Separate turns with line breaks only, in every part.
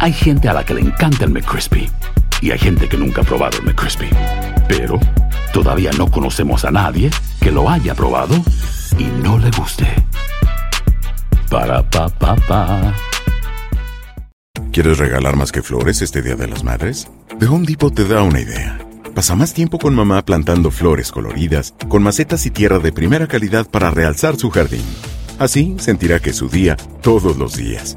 Hay gente a la que le encanta el McCrispy y hay gente que nunca ha probado el McCrispy. Pero todavía no conocemos a nadie que lo haya probado y no le guste. Para pa pa pa.
¿Quieres regalar más que flores este Día de las Madres? The Home Depot te da una idea. Pasa más tiempo con mamá plantando flores coloridas, con macetas y tierra de primera calidad para realzar su jardín. Así sentirá que es su día todos los días.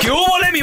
¿Qué hubo, le, mi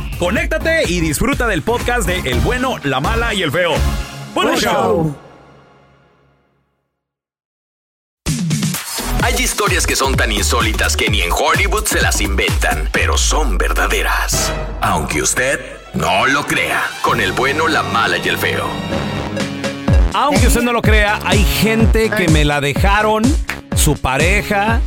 conéctate y disfruta del podcast de El bueno, la mala y el feo. ¡Buen show!
Hay historias que son tan insólitas que ni en Hollywood se las inventan, pero son verdaderas. Aunque usted no lo crea, con el bueno, la mala y el feo.
Aunque usted no lo crea, hay gente que me la dejaron, su pareja,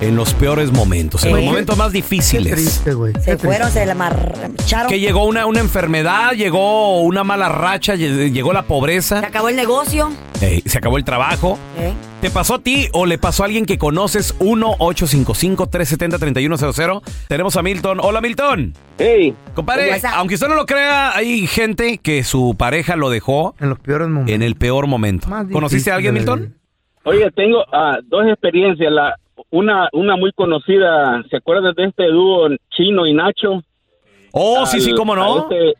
en los peores momentos, en los
Ey.
momentos más difíciles.
Triste, güey.
Se fueron, se la marcharon.
Que
Se
llegó una, una enfermedad, llegó una mala racha, lle- llegó la pobreza,
acabó el negocio.
eh, se acabó el trabajo.
¿eh?
¿Te pasó a ti o le pasó a alguien que conoces? 1-855-370-3100. Tenemos a Milton. Hola, Milton.
Hey,
Compadre,
WhatsApp.
aunque usted no lo crea, hay gente que su pareja lo dejó
En los peores momentos.
en el peor momento.
Más
¿Conociste a alguien,
difícil de la
Milton?
oye, tengo ah, dos experiencias. La, una, una muy conocida, ¿se acuerdan de este dúo Chino y Nacho?
Oh,
Al-
sí, sí, cómo
a
no.
este-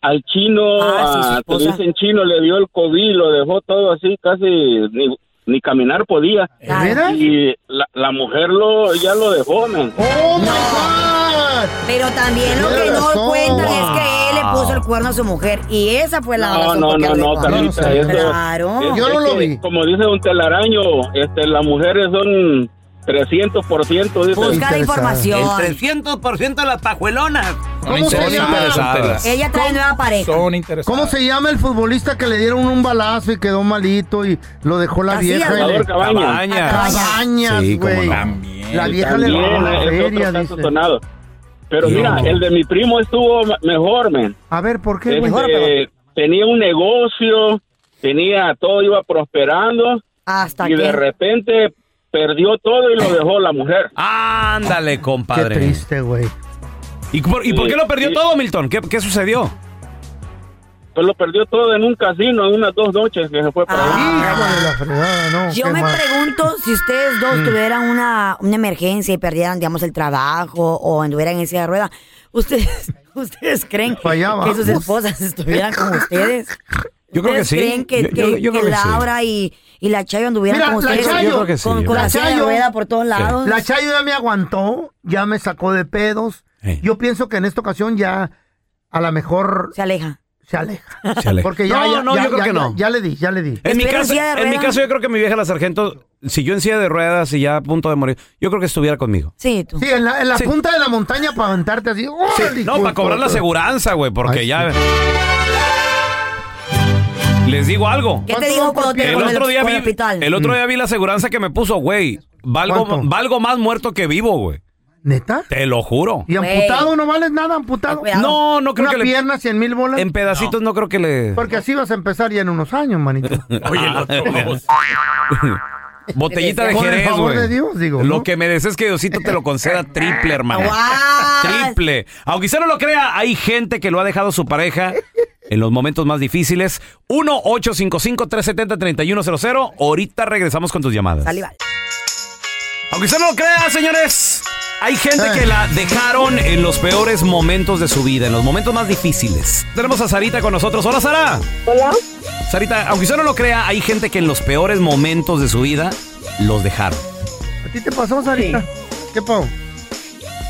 al chino,
Ah, sí, su
ah, te
esposa.
dicen chino, le dio el COVID, lo dejó todo así, casi ni, ni caminar podía.
¿De veras?
Y la, la mujer lo ya lo dejó, man.
¡Oh, my
No.
God!
Pero también lo que no
Razón.
cuentan
Wow.
es que él le
Ah.
puso el cuerno a su mujer. Y esa fue la
No,
razón
no,
por qué
no,
lo
no,
dejó.
Carlita,
No, no,
eso-
Claro.
es-
Yo no
es
lo
que,
vi.
Como dice un telaraño, este, las mujeres son 300%, dicen.
Buscar
Interesada.
información.
300% de las pajuelonas.
¿Cómo se llama?
Ella trae nueva pareja.
¿Cómo se llama el futbolista que le dieron un balazo y quedó malito y lo dejó la
Casillas,
vieja? y
Salvador
le-
Cabañas.
Cabañas.
Cabañas,
Sí, cómo
güey.
no.
La vieja le
También
robó la
es
feria,
otro caso
dice.
sonado. Pero
Yo.
mira, el de mi primo estuvo ma- mejor, men.
A ver, ¿por qué, güey?
Este, tenía un negocio, tenía todo iba prosperando
Hasta
y de
que.
repente perdió todo y lo dejó la mujer.
Ándale,
Ah. Qué
compadre.
triste, güey.
¿Y por, y por
Sí,
qué lo perdió
sí.
todo, Milton? ¿Qué, qué sucedió?
Pues lo perdió todo en un casino en unas dos noches que se fue para
Ah.
allá.
Hijo de la fregada, no.
Yo
qué Mm.
me
mal.
pregunto si ustedes dos tuvieran una, una emergencia y perdieran, digamos, el trabajo o anduvieran en silla de rueda, ¿ustedes, ustedes creen
Pa' allá
que sus
vamos.
esposas estuvieran como ustedes?
Yo creo que
¿Ustedes
sí.
creen que,
Yo-
que,
yo- yo creo
que
que sí.
Laura y, y la Chayo anduvieran
Mira,
como
la
ustedes?
Chayo. Yo creo
que sí,
Con,
yo
creo
con la
que sí.
silla de
Chayo.
rueda por todos lados.
La Chayo ya me aguantó, ya me sacó de pedos.
Eh.
Yo pienso que en esta ocasión ya a lo mejor
Se aleja.
se aleja.
Se aleja.
Porque ya,
No,
ya,
no,
ya-
yo creo
ya-
que no.
ya- ya le di, ya le di.
En mi,
Espero en
caso,
silla de
en mi
ruedas.
caso, yo creo que mi vieja la sargento, si yo en silla de ruedas y ya a punto de morir, yo creo que estuviera conmigo.
Sí, tú.
Sí, en la, en la
Sí.
punta de la montaña para aventarte así. ¡órale,
No,
hijo
para
de
cobrar
todo!
la seguranza, güey, porque
Ay,
ya... Les digo algo.
¿Qué te
¿Cuánto
dijo
no
cuando te
propio?
El
cuando
otro,
el,
día
cuando
vi,
el hospital?
el otro día vi la aseguranza que me puso, güey. Valgo,
¿Cuánto?
valgo más muerto que vivo, güey.
¿Neta?
Te lo juro.
Y
Güey.
amputado, no vales nada, amputado.
Ten cuidado.
No, no creo
Una
que le...
pierna, cien mil bolas.
En pedacitos no, creo que le...
Porque así vas a empezar ya en unos años, manito.
Oye, el otro. Botellita de
Con el
Jerez,
favor
güey.
de Dios, digo,
Lo
¿no?
que mereces es que Diosito te lo conceda triple, hermano.
¡Aguas!
Triple. Aunque usted no lo crea, hay gente que lo ha dejado su pareja en los momentos más difíciles. 1-855-370-3100. Ahorita regresamos con tus llamadas.
Saliva.
Aunque usted no lo crea, Ah, señores, hay gente
Eh.
que la dejaron en los peores momentos de su vida, en los momentos más difíciles. Tenemos a Sarita con nosotros. Hola, Sara.
Hola.
Sarita, aunque usted no lo crea, hay gente que en los peores momentos de su vida los dejaron.
¿A ti te pasó, Sarita? ¿Qué pasó?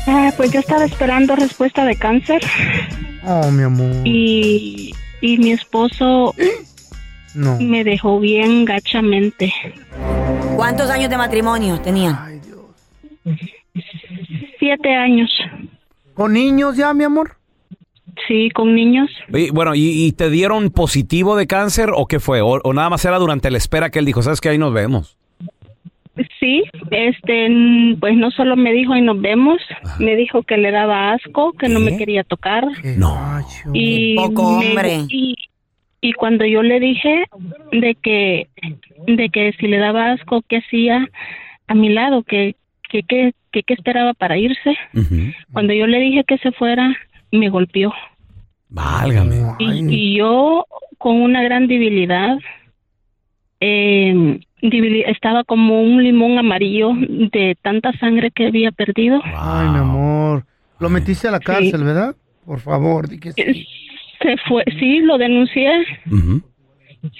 Ah, pues yo estaba esperando respuesta de cáncer
Oh, mi amor.
y, y mi esposo
No.
me dejó bien gachamente.
¿Cuántos años de matrimonio tenían?
Siete años.
¿Con niños ya, mi amor?
Sí, con niños.
Y, bueno, y, y te dieron positivo de cáncer o qué fue? O, o nada más era durante la espera que él dijo, ¿sabes que Ahí nos vemos.
Sí, este, n- pues no solo me dijo y nos vemos, me dijo que le daba asco, que no me quería tocar.
No.
Y
Poco
me-
hombre.
y, y cuando yo le dije de que de que si le daba asco qué hacía a mi lado, que que que, que- que esperaba para irse.
Ujú.
Cuando yo le dije que se fuera, me golpeó.
Válgame.
Y, y yo con una gran debilidad eh, debili- estaba como un limón amarillo de tanta sangre que había perdido.
Ay, mi amor. Lo metiste a la cárcel, ¿verdad? Por favor, di que sí.
Eh, Se fue, sí, lo denuncié,
Ujú.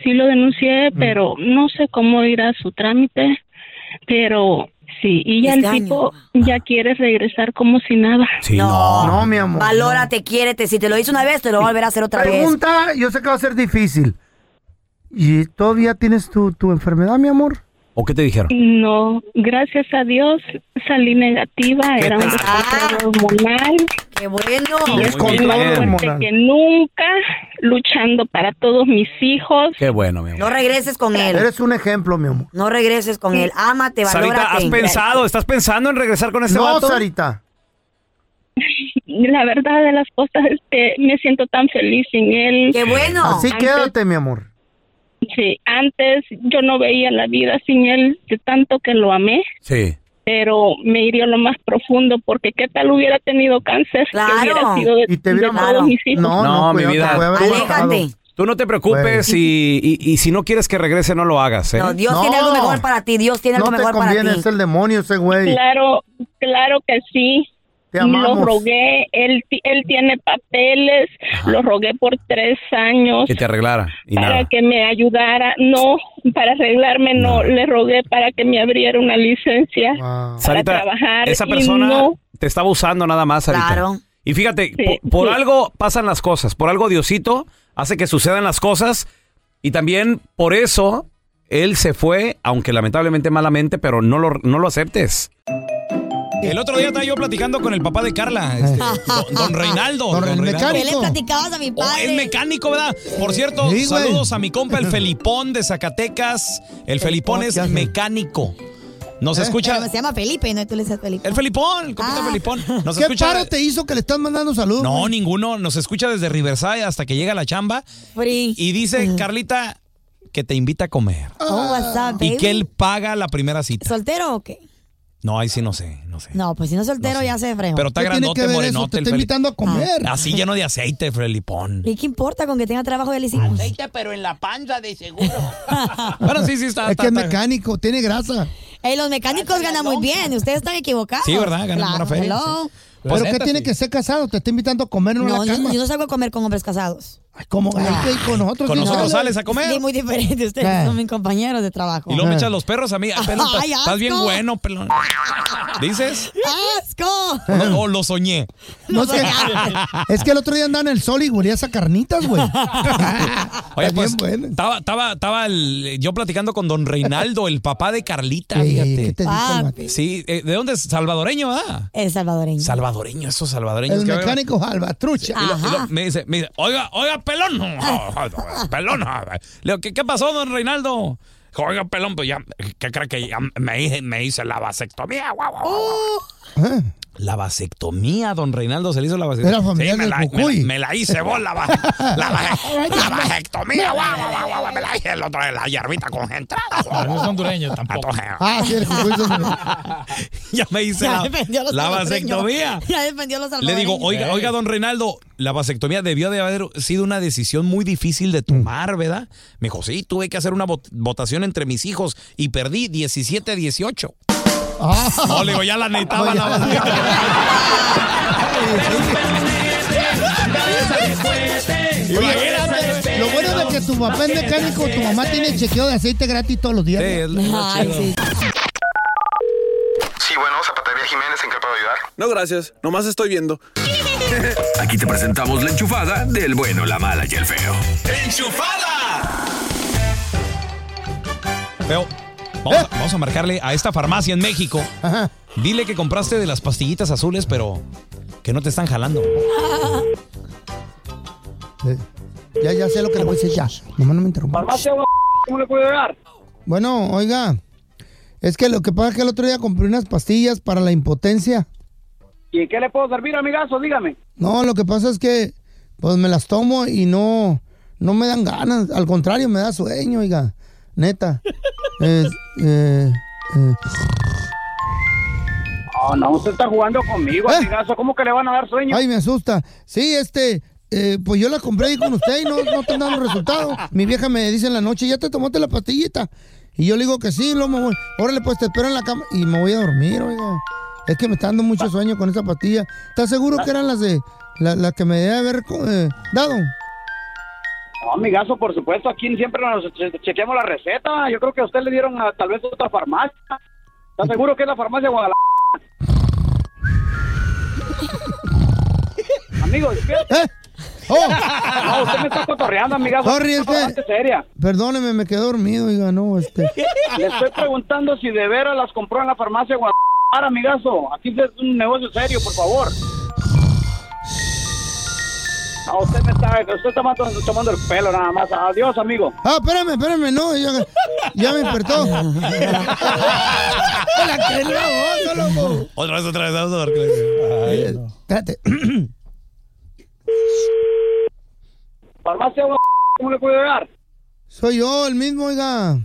sí lo
Mm.
denuncié, pero no sé cómo irá su trámite, pero sí, y ya el
Este año.
tipo ya quiere regresar como si nada.
Sí,
No.
Ah. No, mi amor.
Valórate, quiérete. Si te lo hizo una vez, te lo va a volver a hacer otra vez.
Pregunta, yo sé que va a ser difícil. ¿Y todavía tienes tu, tu enfermedad, mi amor?
¿O qué te dijeron?
No, gracias a Dios salí negativa, era un
pesar.
descontrol hormonal.
Qué bueno.
Y
es
estoy
control
más fuerte
hormonal.
que nunca, luchando para todos mis hijos.
Qué bueno, mi
No
amor.
regreses con él.
Eres un ejemplo, mi amor.
No regreses con él. Ámate,
Sarita, ¿has
valórate.
pensado? ¿Estás pensando en regresar con este
No,
vato?
Sarita.
La verdad de las cosas es que me siento tan feliz sin él.
Qué bueno.
Así
antes-
quédate, mi amor.
Sí, antes yo no veía la vida sin él, de tanto que lo amé,
Sí.
pero me hirió lo más profundo porque qué tal hubiera tenido cáncer
Claro.
que hubiera sido de,
Y te
de
hubiera
todos
matado.
mis hijos.
No, no,
No, mi
cuidado,
vida.
te puede haber
Aléjate.
matado.
Tú no te preocupes y, y- y si no quieres que regrese, no lo hagas, ¿eh?
No, Dios
No.
tiene algo mejor para ti. Dios tiene algo
No te
mejor para
conviene,
ti.
es el demonio ese güey.
Claro, claro que sí.
Te
Lo
amamos.
rogué, él, ti- él tiene papeles, lo rogué por tres años
Que te arreglara. Y
para
nada.
que me ayudara, no, para arreglarme, no, le rogué para que me abriera una licencia.
Wow.
Sarita,
trabajar
esa
y
persona
no-
te está abusando nada más, Sarita.
Claro.
Y fíjate,
Sí,
por, por
sí.
algo pasan las cosas, por algo Diosito hace que sucedan las cosas y también por eso él se fue, aunque lamentablemente malamente, pero no lo, no lo aceptes. El otro día estaba yo platicando con el papá de Carla, este, don, Reinaldo.
Don Don el Reinaldo. mecánico.
le platicabas a mi
Oh, es mecánico, ¿verdad? Por cierto,
Sí, güey.
saludos a mi compa el Felipón de Zacatecas. El Felipón es
¿qué hace?
mecánico. Nos
Eh,
escucha.
se llama Felipe, no tú le dices Felipe.
El Felipón, el compita
Ah.
Felipón. Nos
¿Qué
escucha.
paro te hizo que le están mandando saludos?
No,
güey?
ninguno. Nos escucha desde Riverside hasta que llega la chamba. Y dice, Carlita, que te invita a comer.
Oh, what's up,
Y que él paga la primera cita.
¿Soltero o qué?
No, ahí sí no sé, no sé.
No, pues si no es soltero ya se fregó. Ah.
Pero está
¿Qué tiene que
grandote,
ver eso?
morenote
Te
el Ah.
está
Feli-
invitando a comer.
Así lleno de aceite, Felipón.
¿Y qué importa con que tenga trabajo ya le hicimos?
pero en la panza de seguro.
Bueno, sí, sí, está.
es que es
está- está-
mecánico, tiene grasa.
Ey, los mecánicos ganan muy bien, ustedes están equivocados.
Sí, ¿verdad? Ganan
Claro,
buena feria,
hello.
Pues
¿Pero qué
neta,
tiene
sí.
que ser casado? Te está invitando a comer en una
No, yo,
cama.
yo no salgo a comer con hombres casados.
Ay, ¿cómo? Ay, que con nosotros.
Con
sí
nosotros
sale.
sales a comer.
Sí, muy diferente, ustedes
Eh.
son mis compañeros de trabajo.
Y luego me echas los perros a mí. Ah, pelón,
Ay,
estás bien
asco.
bueno, pelón. ¿Dices?
¡Asco!
O lo- o lo soñé.
No, es, que, es que el otro día andaba en el sol y huelías a carnitas, güey.
Oye,
Está bien
pues,
bueno.
estaba, estaba, estaba el- yo platicando con don Reinaldo, el papá de Carlita,
Ey, ey, ¿Qué
fíjate.
te dijo el vato?
Papi.
Sí, eh, ¿de dónde es? Salvadoreño, ¿verdad?
El salvadoreño.
Salvadoreño, esos salvadoreños.
El
que-
mecánico Albatrucha.
Y lo- y lo- me, dice, me dice, oiga, oiga, pelón. pelón. Le digo, ¿qué, qué pasó, don Reinaldo? Dijo, Oiga, pelón, pues ya, ¿qué cree que ya me, hice- me hice la vasectomía? Guau, guau, guau.
Ah,
La vasectomía, don Reinaldo, se le hizo la vasectomía.
Era familiar
me,
del
la, me la-
Cucuy.
me la hice vos, la, va- la, va- la vasectomía, guau, guau, guau, guau, me la hice el otro de la hierbita concentrada. guau. Entonces,
Ah, sí, el Jujuy es donde-
ya me hice
Ya
la,
defendió a los
la
salvadoreños.
vasectomía.
Ya defendió a los
Le
salvadoreños.
digo, oiga, oiga, don Reinaldo, la vasectomía debió de haber sido una decisión muy difícil de tomar, ¿verdad? Me dijo, sí, tuve que hacer una vot- votación entre mis hijos y perdí 17 a 18.
Ah,
No, le digo, ya la necesitaba la vasectomía.
oye, lo bueno de que tu papá es mecánico, tu mamá tiene chequeo de aceite gratis todos los días.
Sí, es lo
Ay,
chido.
sí.
Sí, bueno, Zapatería Jiménez, ¿en qué puedo ayudar?
No, gracias. Nomás estoy viendo.
Aquí te presentamos la enchufada del bueno, la mala y el feo.
¡Enchufada!
Feo, vamos, a- vamos a marcarle a esta farmacia en México. Dile que compraste de las pastillitas azules, pero que no te están jalando.
Ya, ya sé lo que le voy a decir ya. Nomás no me interrumpa.
¿Cómo le puedo dar?
Bueno, oiga, es que lo que pasa es que el otro día compré unas pastillas para la impotencia.
¿Y en qué le puedo servir, amigazo? Dígame.
No, lo que pasa es que pues me las tomo y no, no me dan ganas. Al contrario, me da sueño, oiga. Neta. Es- eh, eh.
Oh, no, usted está jugando
¿Eh?
conmigo, amigazo. ¿Cómo que le van a dar sueño?
Ay, me asusta. Sí, este, eh, pues yo las compré ahí con usted y no, no están dando resultado. Mi vieja me dice en la noche, ¿ya te tomaste la pastillita? Y yo le digo que sí, luego me voy. Órale, pues te espero en la cama y me voy a dormir, oiga. Es que me está dando mucho sueño con esa pastilla. ¿Estás seguro que eran las de la- las que me debe haber co- eh, dado?
No, amigazo, por supuesto, aquí siempre nos che- chequeamos la receta. Yo creo que a usted le dieron a, tal vez otra farmacia. ¿Está seguro que es la farmacia de Guadalajara? Amigo, despierta.
¿Eh? Oh.
No, usted me está cotorreando, amigazo.
Sorry, es
este.
Una
que-
farmacia seria.
Perdóneme, me quedé dormido, oiga, no, este.
Le estoy preguntando si de veras las compró en la farmacia de Guadalajara, amigazo. Aquí es un negocio serio, por favor. Ah, usted me está, usted está mato- tomando el pelo nada más. Adiós, amigo.
Ah, espérame, espérame, no, ya, ya me despertó. La que es la voz, loco.
Oh. Otra vez, otra vez, vamos a ver. Ay, no.
Espérate.
Farmacia de Guadalajara, ¿cómo le puedo ayudar?
Soy yo, el mismo, oiga.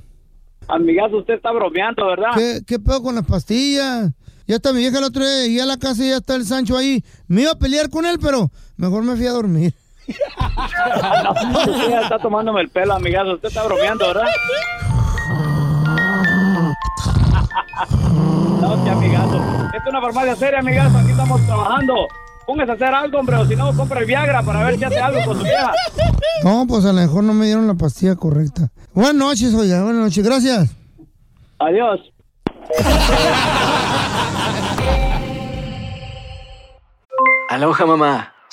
Amigazo, usted está bromeando, ¿verdad?
¿Qué, qué pedo con las pastillas? Ya está mi vieja el otro día, llegué a la casa y ya está el Sancho ahí. Me iba a pelear con él, pero mejor me fui a dormir.
No, usted ya está tomándome el pelo, amigazo. Usted está bromeando, ¿verdad? No, qué amigazo. Esta es una farmacia seria, amigazo. Aquí estamos trabajando. Póngase a hacer algo, hombre, o si no, compre el Viagra para ver si hace algo con su vieja.
No, pues a lo mejor no me dieron la pastilla correcta. Buenas noches, oiga, buenas noches, gracias.
Adiós.
Aloha mamá.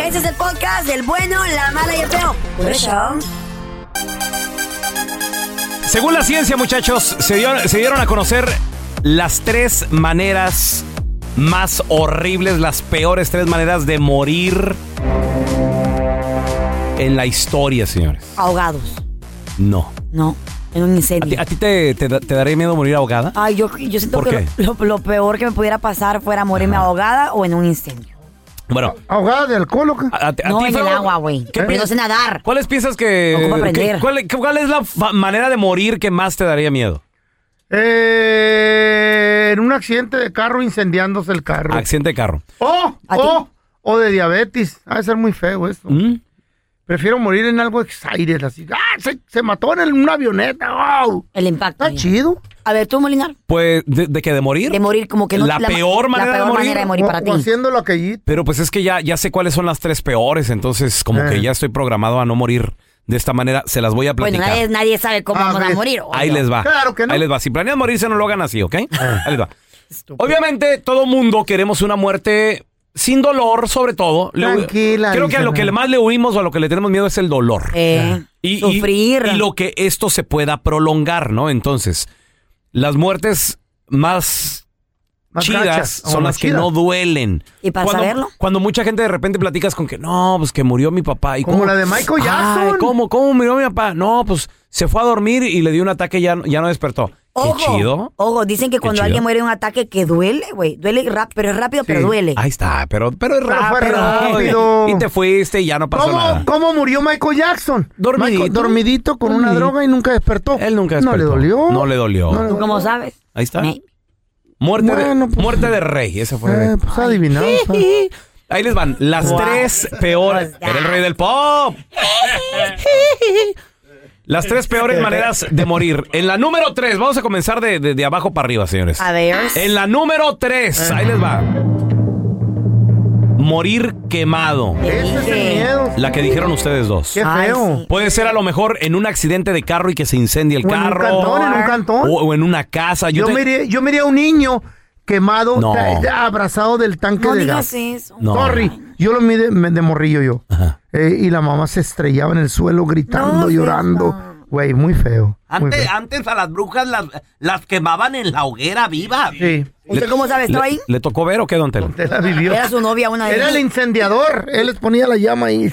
Este es el podcast del bueno, la mala y el feo. Por eso.
Según la ciencia, muchachos, se dieron, se dieron a conocer las tres maneras más horribles, las peores tres maneras de morir en la historia, señores.
Ahogados.
No.
No, en un incendio. Ah.
¿A ti te, te da- te daría miedo morir ahogada?
Ay, yo, yo siento
¿Por
que lo, lo- lo peor que me pudiera pasar fuera morirme ahogada o en un incendio.
Bueno.
¿Ahogada de alcohol o qué?
Ah,
No, en el agua, güey.
¿Qué
Pero no
piensas?
sé nadar.
¿Cuáles piensas que...
Ocupa aprender.
que- cuál, cuál es la fa- manera de morir que más te daría miedo?
Eh, en un accidente de carro incendiándose el carro.
Accidente de carro.
O, o, o Oh, de diabetes. Ha de ser muy feo eso.
¿Mm?
Prefiero morir en algo excited, así. ¡Ah! Se, se mató en el- una avioneta. ¡Wow!
El impacto.
Está chido.
A ver, tú, Molinar.
Pues, ¿de, de qué? ¿De morir?
De morir, como que no-
La,
la ma-
peor
la
manera de
peor
morir.
manera de morir O- para o ti.
haciendo lo que
Pero pues es que ya, ya sé cuáles son las tres peores, entonces como
Eh.
que ya estoy programado a no morir de esta manera. Se las voy a
Bueno,
platicar.
nadie, nadie sabe cómo vamos a morir. obvio.
Ahí les va. Ahí les va. Si planean morirse, no lo hagan así, ¿ok?
Ah.
Ahí les va. Obviamente, todo mundo queremos una muerte sin dolor, sobre todo. Le-
Tranquila,
Creo que a
dice
lo que
la-
le más le huimos o a lo que le tenemos miedo es el dolor.
Eh,
y, y- Y, lo que esto se pueda prolongar, ¿no? Entonces, las muertes más
Más
chidas
gachas, o
son
más
las que
chidas.
no duelen.
¿Y para
cuando,
saberlo?
Cuando mucha gente de repente platicas con que no, pues que murió mi papá. ¿Y
Como
cómo?
la de Michael
Ay,
Jackson.
¿cómo, ¿Cómo murió mi papá? No, pues se fue a dormir y le dio un ataque y ya, ya no despertó. Qué chido.
Ojo, dicen que
Qué
cuando
chido.
alguien muere de un ataque que duele, güey. Duele rápido, pero es rápido, pero duele.
Ahí está, pero, pero es
Pero
fue
rápido.
rápido.
Y te fuiste y ya no pasó
¿Cómo,
nada.
cómo murió Michael Jackson?
Dormidito.
Michael- dormidito con una
Dormidito.
droga y nunca despertó. Él
nunca
No le
despertó.
dolió.
No le dolió.
No le
¿Tú
dolió.
cómo sabes?
Ahí está. Muerte, de, muerte de rey, esa fue.
Eh, pues adivinamos.
Ahí les van las
Wow.
tres peores.
Pues
Era el rey del pop. Las tres
Este.
peores maneras de morir. En la número tres, vamos a comenzar de, de- de abajo para arriba, señores.
A ver.
En la número
Eh.
tres, ahí les va. Morir quemado.
Ese es el miedo.
La que dijeron ustedes dos.
Qué feo.
Puede ser a lo mejor en un accidente de carro y que se incendie el
O en un
carro.
cantón, en un cantón.
O, o en una casa.
Yo,
Ah, te-
miré, yo miré a un niño quemado,
No.
tra- abrazado del tanque
No
de
digas
gas.
eso.
No.
Sorry, yo lo miré me- de morrillo yo. Eh, y la mamá se estrellaba en el suelo gritando, llorando. Güey, muy feo. muy
Antes,
feo.
antes a las brujas las, las quemaban en la hoguera viva.
Sí.
¿Usted cómo sabe? ¿Estaba
le,
ahí?
¿Le tocó ver o qué, don Telo?
La vivió.
Era su novia una de
Era
ellas.
el incendiador. Él les ponía la llama y...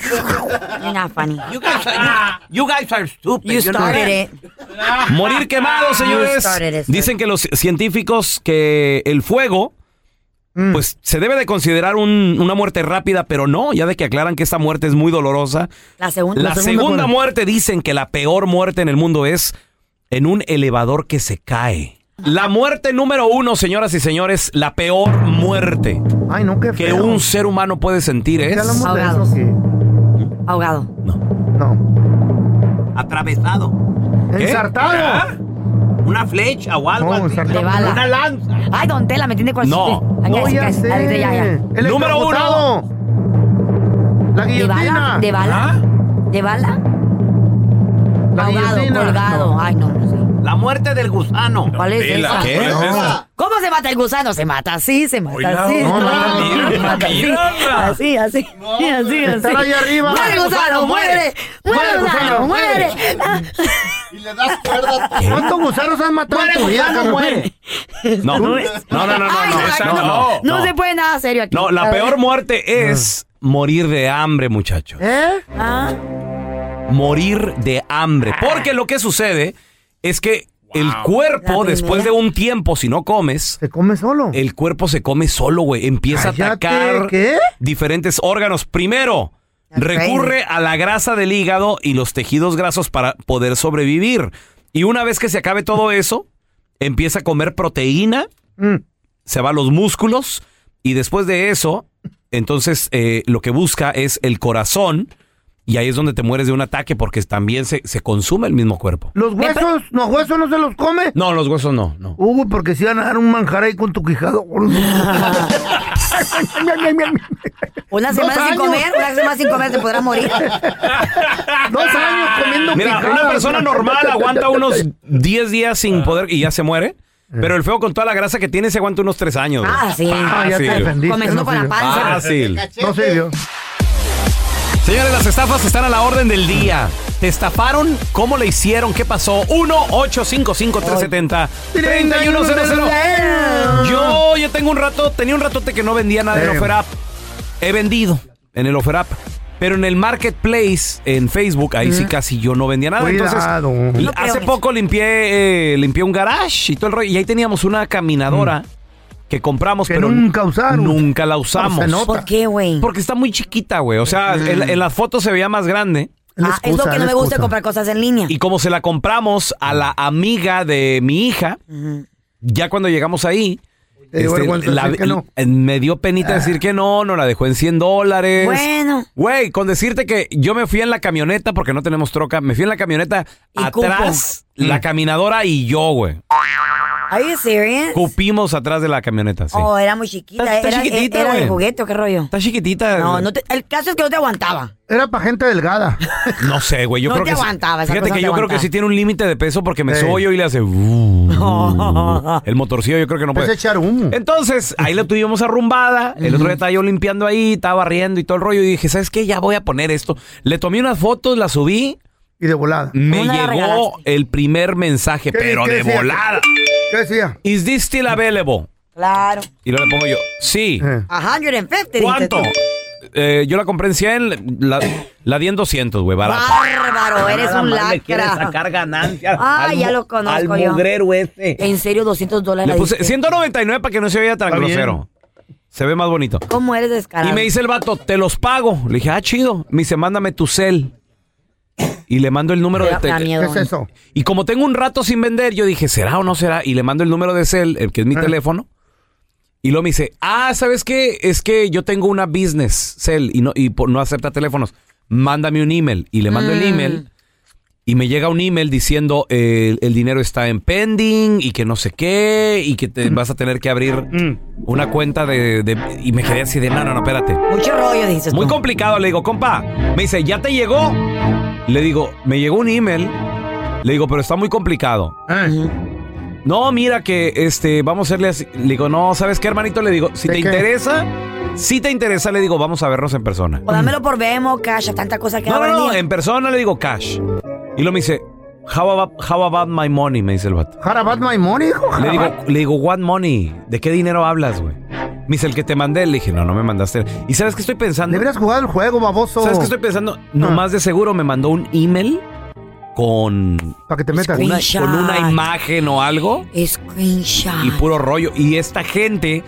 Not funny.
You guys are, you guys are stupid.
You
you know
started
that.
it.
Morir quemado,
You
señores.
started
este
it.
Dicen que los científicos que el fuego,
Mm.
pues se debe de considerar un- una muerte rápida, pero no, ya de que aclaran que esta muerte es muy dolorosa.
La segunda.
la segunda, muerte, dicen que la peor muerte en el mundo es en un elevador que se cae. La muerte número uno, señoras y señores, la peor muerte
Ay, no, qué
que
feo.
un ser humano puede sentir
Ya
es...
hablamos de
Ahogado.
eso, sí.
Ahogado.
No.
Atravesado. ¿Ah?
Ensartado.
Una flecha o algo. así.
De bala.
Una lanza.
Ay, don Tela, me tiene cual
No.
chiste. Acá
No,
es, acá
ya
es.
sé.
Ahí está, ya, ya.
El
Número uno.
electrocutado. La
¿De bala?
guillotina.
¿De bala?
¿Ah?
¿De bala?
La
Ahogado,
guillotina.
colgado.
No.
Ay, no, no sé.
La muerte del gusano.
¿Cuál es esa?
¿Qué?
No. ¿Cómo se mata el gusano? Se mata así, se mata
no,
así. se
no,
mata
no,
así,
no,
se mata así.
mira.
Así, así. Así, así.
Estar ahí arriba.
Muere el gusano, muere. Muere el gusano, muere.
¿Cuántos gusanos has matado en tu vida, carnal?
No, no, no, no, no, no,
Ay,
no,
Isaac,
esa
no,
no,
no
no. Ah.
se puede nada serio aquí.
No,
A
la
ver.
peor muerte es morir de hambre, muchachos.
¿Eh?
Ah,
Morir de hambre. Porque lo que sucede es que el
La
cuerpo,
primera.
después de un tiempo, si no comes,
Se come solo.
el cuerpo se come solo, güey. Empieza a
Cállate,
atacar
¿qué?
diferentes órganos. Primero, recurre a la grasa del hígado y los tejidos grasos para poder sobrevivir. Y una vez que se acabe todo eso, empieza a comer proteína
Mm.
se va a los músculos y después de eso, entonces eh, lo que busca es el corazón y ahí es donde te mueres de un ataque porque también se, se consume el mismo cuerpo.
Los huesos, los huesos no se los come.
No, los huesos no, no.
Hugo, porque si van a dar un manjar ahí con tu quijado.
Ah, Una
Dos
semana sin
años.
comer, una semana sin comer te podrás morir.
Dos años comiendo
Mira,
quijadas.
una persona normal aguanta unos 10 días sin poder y ya se muere. Pero el feo con toda la grasa que tiene se aguanta unos 3 años. güey.
Ah, sí.
Ah, ya te defendiste.
Comenzando con la
sirvió.
panza.
Fácil.
No sirvió.
Señores, las estafas están a la orden del día. ¿Te estafaron? ¿Cómo le hicieron? ¿Qué pasó? 1-855-370-3100. Yo, yo tengo un rato, tenía un ratote que no vendía nada en
Sí.
OfferUp. He vendido en el OfferUp. Pero en el Marketplace, en Facebook, ahí sí casi yo no vendía nada. Entonces,
Cuidado.
l-
No creo
hace
en
poco limpié, eh, limpié un garage y todo el rollo. Y ahí teníamos una caminadora que compramos,
Mm. Que
pero
nunca usaron.
Nunca la usamos.
se nota.
¿Por qué, güey?
Porque está muy chiquita, güey. O sea, en, la- en las fotos se veía más grande.
La
Ah, es lo
excusa,
que no
la
me gusta
excusa.
comprar cosas en línea.
Y como se la compramos a la amiga de mi hija, ya cuando llegamos ahí, este,
Te dio vergüenza
la-
decir que no. Ah.
eh, me dio penita decir que no, no la dejó en 100 dólares.
Bueno.
Güey, con decirte que yo me fui en la camioneta, porque no tenemos troca, me fui en la camioneta
Y
atrás, la caminadora y yo, güey.
¿Are you serious?
Cupimos atrás de la camioneta, sí.
Oh, era muy chiquita.
Está- está
era,
chiquitita,
era de
güey.
juguete, ¿o ¿qué rollo?
Está chiquitita.
No, no te- el caso es que no te aguantaba.
Era para gente delgada.
No sé, güey. Yo
No
creo
te
que sí.
aguantaba, esa
Fíjate
cosa
que
no
yo
te
creo que
aguantaba.
sí tiene un límite de peso porque me
Sí.
subo yo y le hace. el motorcillo yo creo que no
Empecé
puede.
a Pues echar humo.
Entonces, ahí la tuvimos arrumbada. El otro día estaba yo limpiando ahí, estaba barriendo y todo el rollo. Y dije, ¿sabes qué? Ya voy a poner esto. Le tomé unas fotos, las subí.
Y de volada.
Me
¿Cómo la
llegó
regalaste?
el primer mensaje,
¿Qué-
pero
qué
de
decía?
volada.
¿Qué decía?
Is this still available?
Claro.
Y luego le pongo yo, sí.
Eh.
A 150.
¿Cuánto?
dices
Eh, yo la compré en 100, la, la di en 200, güey,
tú.
barato.
Bárbaro, eres
Nada
un
más le quiere
lacra.
sacar ganancias
Ah,
al
ya
mu-
lo conozco
al
yo.
mugrero
este. En serio, 200 dólares.
Le
la
puse
diste?
199 para que no se vea tan
Está bien.
grosero. Se ve más bonito.
¿Cómo eres descarado?
Y me dice el vato, te los pago. Le dije, ah, chido. Me dice, mándame tu cel. Y le mando el número
Me
de
da- me da
tel-
miedo, ¿Qué es güey. eso?
Y como tengo un rato sin vender, yo dije, ¿será o no será? Y le mando el número de cel, el que es mi teléfono. Y luego me dice, ah, ¿sabes qué? Es que yo tengo una business cel y no, y por- no acepta teléfonos. Mándame un email. Y le mando
Mm.
el email. Y me llega un email diciendo, eh, el dinero está en pending y que no sé qué, y que te vas a tener que abrir
Mm.
una cuenta de, de- Y me quedé así de, no, no, no, espérate.
Mucho rollo, dices
Muy complicado, le digo, compa. Me dice, ¿ya te llegó? Le digo, me llegó un email. Le digo, pero está muy complicado. No, mira que este, vamos a hacerle así. Le digo, no, ¿sabes qué, hermanito? Le digo, si
¿De
te
qué?
interesa, si te interesa, le digo, vamos a vernos en persona.
O Pues, dámelo por Vemo, Cash, tanta cosa que
No,
ahora
no, no,
ni-
en persona le digo cash. Y lo me dice, how about, how about my money, me dice el vato.
Jarabat my money, hijo.
Le digo,
jarabat.
le digo, what money? ¿De qué dinero hablas, güey? Me dice, el que te mandé. Le dije, no, no me mandaste. ¿Y sabes qué estoy pensando?
Deberías jugar el juego, baboso. Ah.
¿Sabes qué estoy pensando? Nomás de seguro me mandó un email con...
Para que te metas.
Una- con una imagen o algo. Y puro rollo. Y esta gente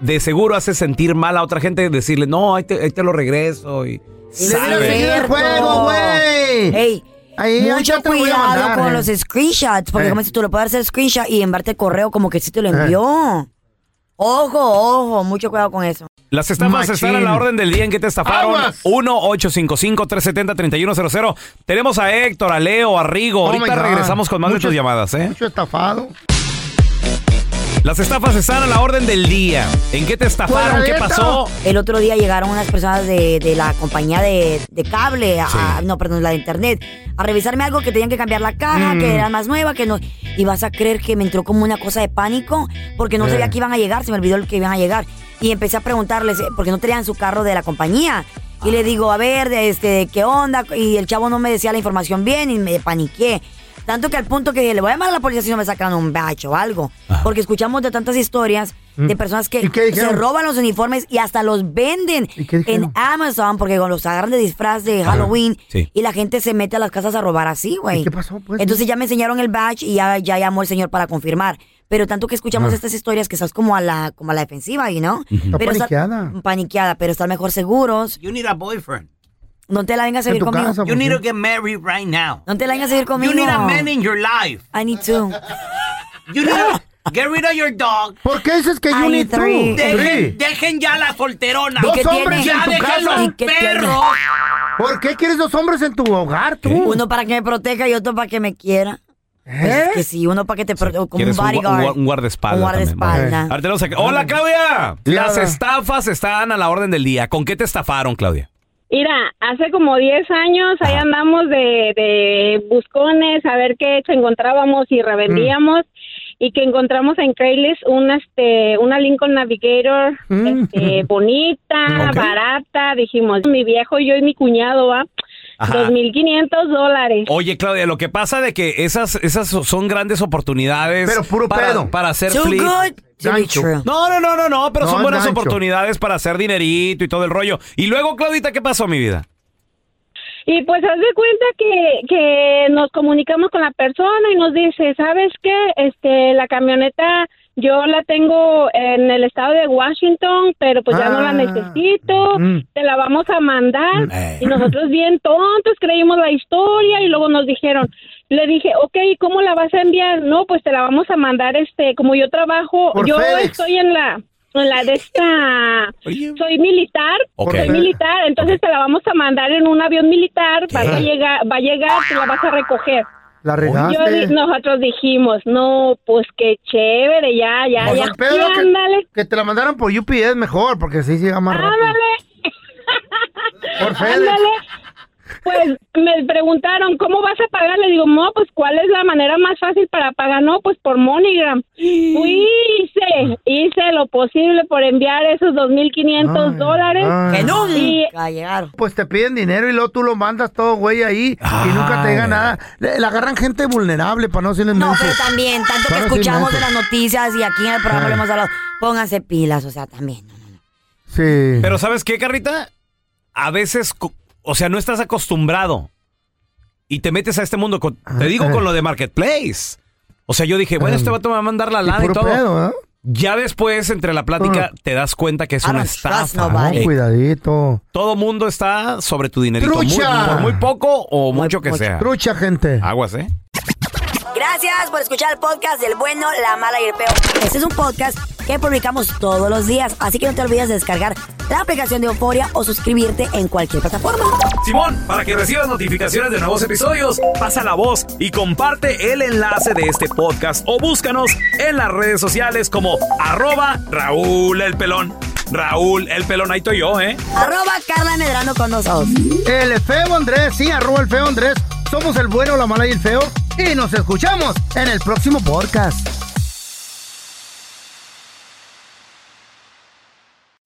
de seguro hace sentir mal a otra gente decirle, no, ahí te, ahí te lo regreso. Y,
Sale. Ey,
Ahí, ahí
mucho
ya te lo voy a
cuidado
mandar,
con
eh.
los screenshots, porque
Eh.
como si tú le puedes hacer screenshot y enviarte el correo como que sí te lo envió. Ojo, ojo, mucho cuidado con eso.
Las estafas
Machín.
están a la orden del día en que te estafaron.
Aguas.
1-855-370-3100. Tenemos a Héctor, a Leo, a Rigo.
Oh
Ahorita
my God.
regresamos con más de
Mucho-
tus llamadas, ¿eh?
Mucho estafado.
Las estafas están a la orden del día. ¿En qué te estafaron?
Pues,
¿Qué pasó?
El otro día llegaron unas personas de, de la compañía de, de cable, a- a- no, perdón, la de internet, a revisarme algo que tenían que cambiar la caja,
Mm.
que era más nueva, que no. Y vas a creer que me entró como una cosa de pánico, porque no
Eh.
sabía que iban a llegar, se me olvidó que iban a llegar. Y empecé a preguntarles, eh, porque no tenían su carro de la compañía. Y le digo, a ver, de este, ¿qué onda? Y el chavo no me decía la información bien y me paniqué. Tanto que al punto que dije, le voy a llamar a la policía si no me sacan un bacho o algo. Porque escuchamos de tantas historias de
Mm.
personas que
¿Y qué
se
dijeron?
roban los uniformes y hasta los venden en Amazon porque con los agarran de disfraz de Halloween
sí.
y la gente se mete a las casas a robar así, güey.
¿Y qué pasó, pues?
Entonces ya me enseñaron el badge y ya, ya llamó el señor para confirmar. Pero tanto que escuchamos
Ah.
estas historias que estás como a la, como a la defensiva, ¿y no?
Ujú. Está
Pero estar-
paniqueada.
paniqueada, pero estar mejor seguros.
You need a boyfriend.
No te la vengas a vivir conmigo.
pues,
pues,
you need to get married right now.
No te la vengas a vivir conmigo.
You need a man in your life.
I need two.
You need to get rid of your dog.
¿Por qué dices que you need two?
Dejen,
Three.
dejen ya la solterona.
Dos hombres
ya
en tu
dejen
casa.
los perros.
¿Por qué quieres dos hombres en tu hogar, tú? ¿Eh?
Uno para que me proteja y otro para que me quiera. Pues es que sí, uno para que te proteja, como un
¿Quieres un, gua- un,
bodyguard.
gua- un guardaespaldas?
Un
también, ¿no?
guardaespaldas.
Ahorita vamos a- Hola, Claudia. Las
Hola.
estafas están a la orden del día. ¿Con qué te estafaron, Claudia?
Mira, hace como 10 años ahí andamos de, de buscones a ver qué hecho encontrábamos y revendíamos y que encontramos en Craigslist una este una Lincoln Navigator este, bonita, barata, dijimos, mi viejo, yo y mi cuñado va
Ajá.
2500 dólares.
Oye, Claudia, lo que pasa de que esas, esas son grandes oportunidades. Pero puro para,
pedo.
Para hacer
Too
flip.
good to be Gancho. true.
No, no, no, no, no, pero
No,
son buenas
gancho.
oportunidades para hacer dinerito y todo el rollo. Y luego, Claudita, ¿qué pasó, mi vida?
Y pues haz de cuenta que, que nos comunicamos con la persona y nos dice, ¿sabes qué? Este, la camioneta yo la tengo en el estado de Washington, pero pues ya no la
Ah.
necesito, te la vamos a mandar. Y nosotros bien tontos creímos la historia y luego nos dijeron, le dije, ok, ¿cómo la vas a enviar? No, pues te la vamos a mandar, este, como yo trabajo,
Por
yo
FedEx.
estoy en la, en la de esta, soy militar,
Ok.
soy militar, entonces te la vamos a mandar en un avión militar, vas a llegar, va a llegar, te la vas a recoger.
La
Yo di-
regaste.
nosotros dijimos, no, pues qué chévere, ya, ya,
Pues
ya,
el pedo
ya,
que-
ándale, Ah,
que, te la mandaran por UPS mejor, porque así llega más rápido.
ándale.
Por FedEx.
Ándale. Pues pues me preguntaron, ¿cómo vas a pagar? Le digo, no, pues ¿cuál es la manera más fácil para pagar? No, pues por MoneyGram. Fui, hice, hice lo posible por enviar esos 2.500 dólares.
ay. Que nunca
Y-
Ah. Pues te piden dinero y luego tú lo mandas todo, güey, ahí y nunca te
Ah,
llega nada. Le, le agarran gente vulnerable para no decirles
No,
mucho.
pero también, tanto que
Para decir
escuchamos
menso.
de las noticias y aquí en el programa
Ah.
lo hemos hablado, pónganse pilas, o sea, también.
Sí.
Pero ¿sabes qué, Carrita? A veces, co- o sea, no estás acostumbrado y te metes a este mundo. con- te digo con lo de Marketplace. O sea, yo dije, bueno, este vato me va a mandar la
Em, Y
lana y,
puro
todo.
pedo, ¿eh?
Ya después, entre la plática, te das cuenta que es una estafa.
No,
Eh,
cuidadito.
Todo mundo está sobre tu dinerito. muy-
Trucha.
por muy poco o mucho que sea.
Trucha, gente.
Aguas, ¿eh?
Gracias por escuchar el podcast del bueno, la mala y el peor. Este es un podcast que publicamos todos los días, así que no te olvides de descargar la aplicación de Euforia o suscribirte en cualquier plataforma.
Simón, para que recibas notificaciones de nuevos episodios, pasa la voz y comparte el enlace de este podcast o búscanos en las redes sociales como arroba Raúl el Pelón. Raúl el Pelón, ahí estoy yo, ¿eh?
Arroba Carla Medrano con nosotros.
El feo Andrés, sí, arroba el feo Andrés. Somos el bueno, la mala y el feo. Y nos escuchamos en el próximo podcast.